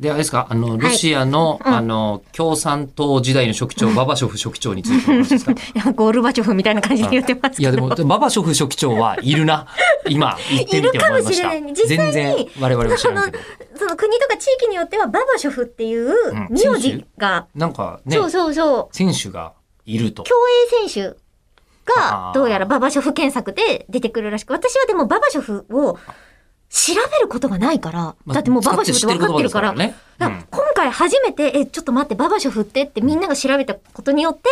で、あれですか、あの、ロシアの、あの、共産党時代の書記長、ババショフ書記長についての話ですかいやゴールバチョフみたいな感じ で言ってますいけや、ど。でも、ババショフ書記長はいる な。今、言ってみて思いました。いるかもしれな全い実際然に、我々は知らないけど。その国とか地域によっては、ババショフっていうん名字が、なんかね、そうそうそう、選手がいると。競泳選手あがー、どうやらババショフ検索で出てくるらしく、私はでもババショフを調べることがないから、まあだってもうババショフって分かってるから、使って知ってる言葉ですだかかららね。今回初めて、え、ちょっと待って、ババショフってってみんなが調べたことによって、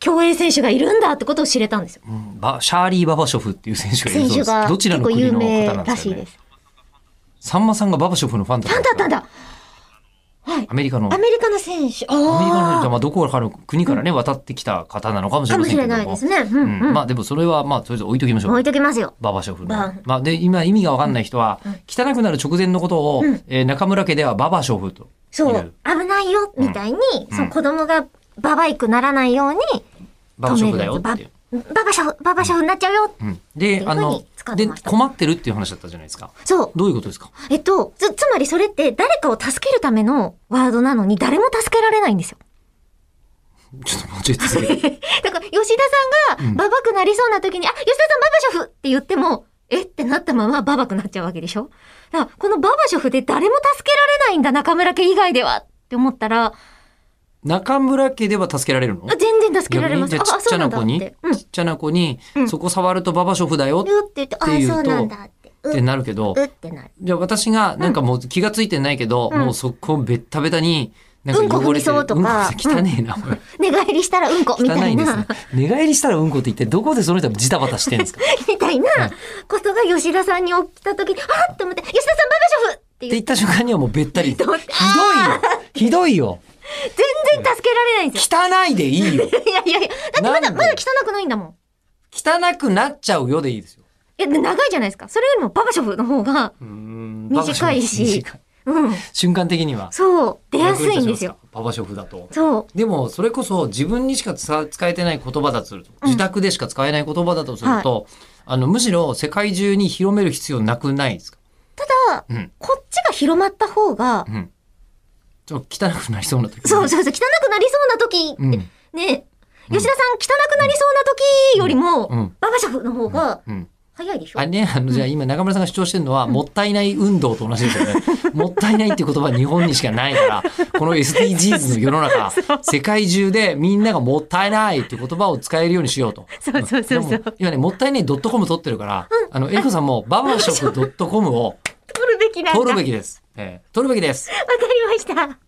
競泳選手がいるんだってことを知れたんですよ。うんうんバシャーリー・ババショフっていう選手がいる選そう手ですが。どちらの結構国有の名方なんでらすしかいでね。す。さんまさんがババショフのファンだっフたァんですンだったんかだはいア。メリカの。アメリカの選手。あアメリカの、じゃああ。まあどこからの国からね、渡ってきた方なのかもしれかまもせんけしれども。ないですね。ううんうんん。まあでもそれはまあとりあえず置いときましょ。置いうときますよ。ババショフのバン。まあで、今意味がわかんない人は、汚くなる直前のことを、えー中村家ではババショフという。そう。危ないよ、みたいに、その子供がババイクならないように、ババショフだよっていう。バババショフ、ババショフになっちゃうよ。うんで、あっていうふうのに使っ、てで、ました困ってるっていう話だったじゃないですか。そう。どういうことですかえっと、つ、つまりそれって誰かを助けるためのワードなのに誰も助けられないんですよ。 ちょっともうちょい続けて。だから、吉田さんがババくなりそうな時に、あ、吉田さんババショフって言っても、えってなったままババくなっちゃうわけでしょだから、このババショフで誰も助けられないんだ、中村家以外ではって思ったら、中村家では助けられるのあ全然助けられます。逆にじゃあちっちゃな子に、ああそうなんだってちっちゃな子に、そこ触るとババショフだようん。うって言って、あ、っていうとそうなんだって。うってうなるけど、ってなる。じゃあ私がなんかもう気がついてないけど、もうそこベッタベタに、なんか汚れてるうんこ踏みそうとかうんこ汚ねえな、これ寝返りしたらうんこみ汚たいいですなね。。寝返りしたらうんこって言って、どこでその人はジタバタしてるんです かってみたいなことが吉田さんに起きた時に、あっと思って、吉田さんババショフって言言っ、ってた瞬間にはもうべったり。ひどいよ ひどいよ全然助けられないんです汚いでいいよよ。いやいやいや、だってまなだ、んでまだ汚くないんだもん。汚くなっちゃうよでいいですよ。いや、長いじゃないですか。それよりもババショフの方が、うーん短いし短いうん、瞬間的には。そう、出やすいんですよ。。パパショフだと。そう。でもそれこそ自分にしか使使えてない言葉だとすると、自宅でしか使えない言葉だとすると、あのむしろ世界中に広める必要なくないですかただ、うんこっちが広まった方が、うんちょっと汚くなりそうな時そうそうそう、汚くなりそうな時、うんね、吉田さん汚くなりそうな時よりも、うんうんババショフの方がうん早いでしょ、あれね、あの、じゃあ今中村さんが主張してるのは、もったいない運動と同じですよ ね。もったいないっていう言葉は日本にしかないから、この SDGs の世の 中、世界中でみんながもったいないっていう言葉を使えるようにしようと。そうそうそうそうでも今ね、もったいない .com 取ってるから、あの、エリコさんもババショフ .com を取るべきなんだ。取るわかべりきです。えー取るべきです。ました。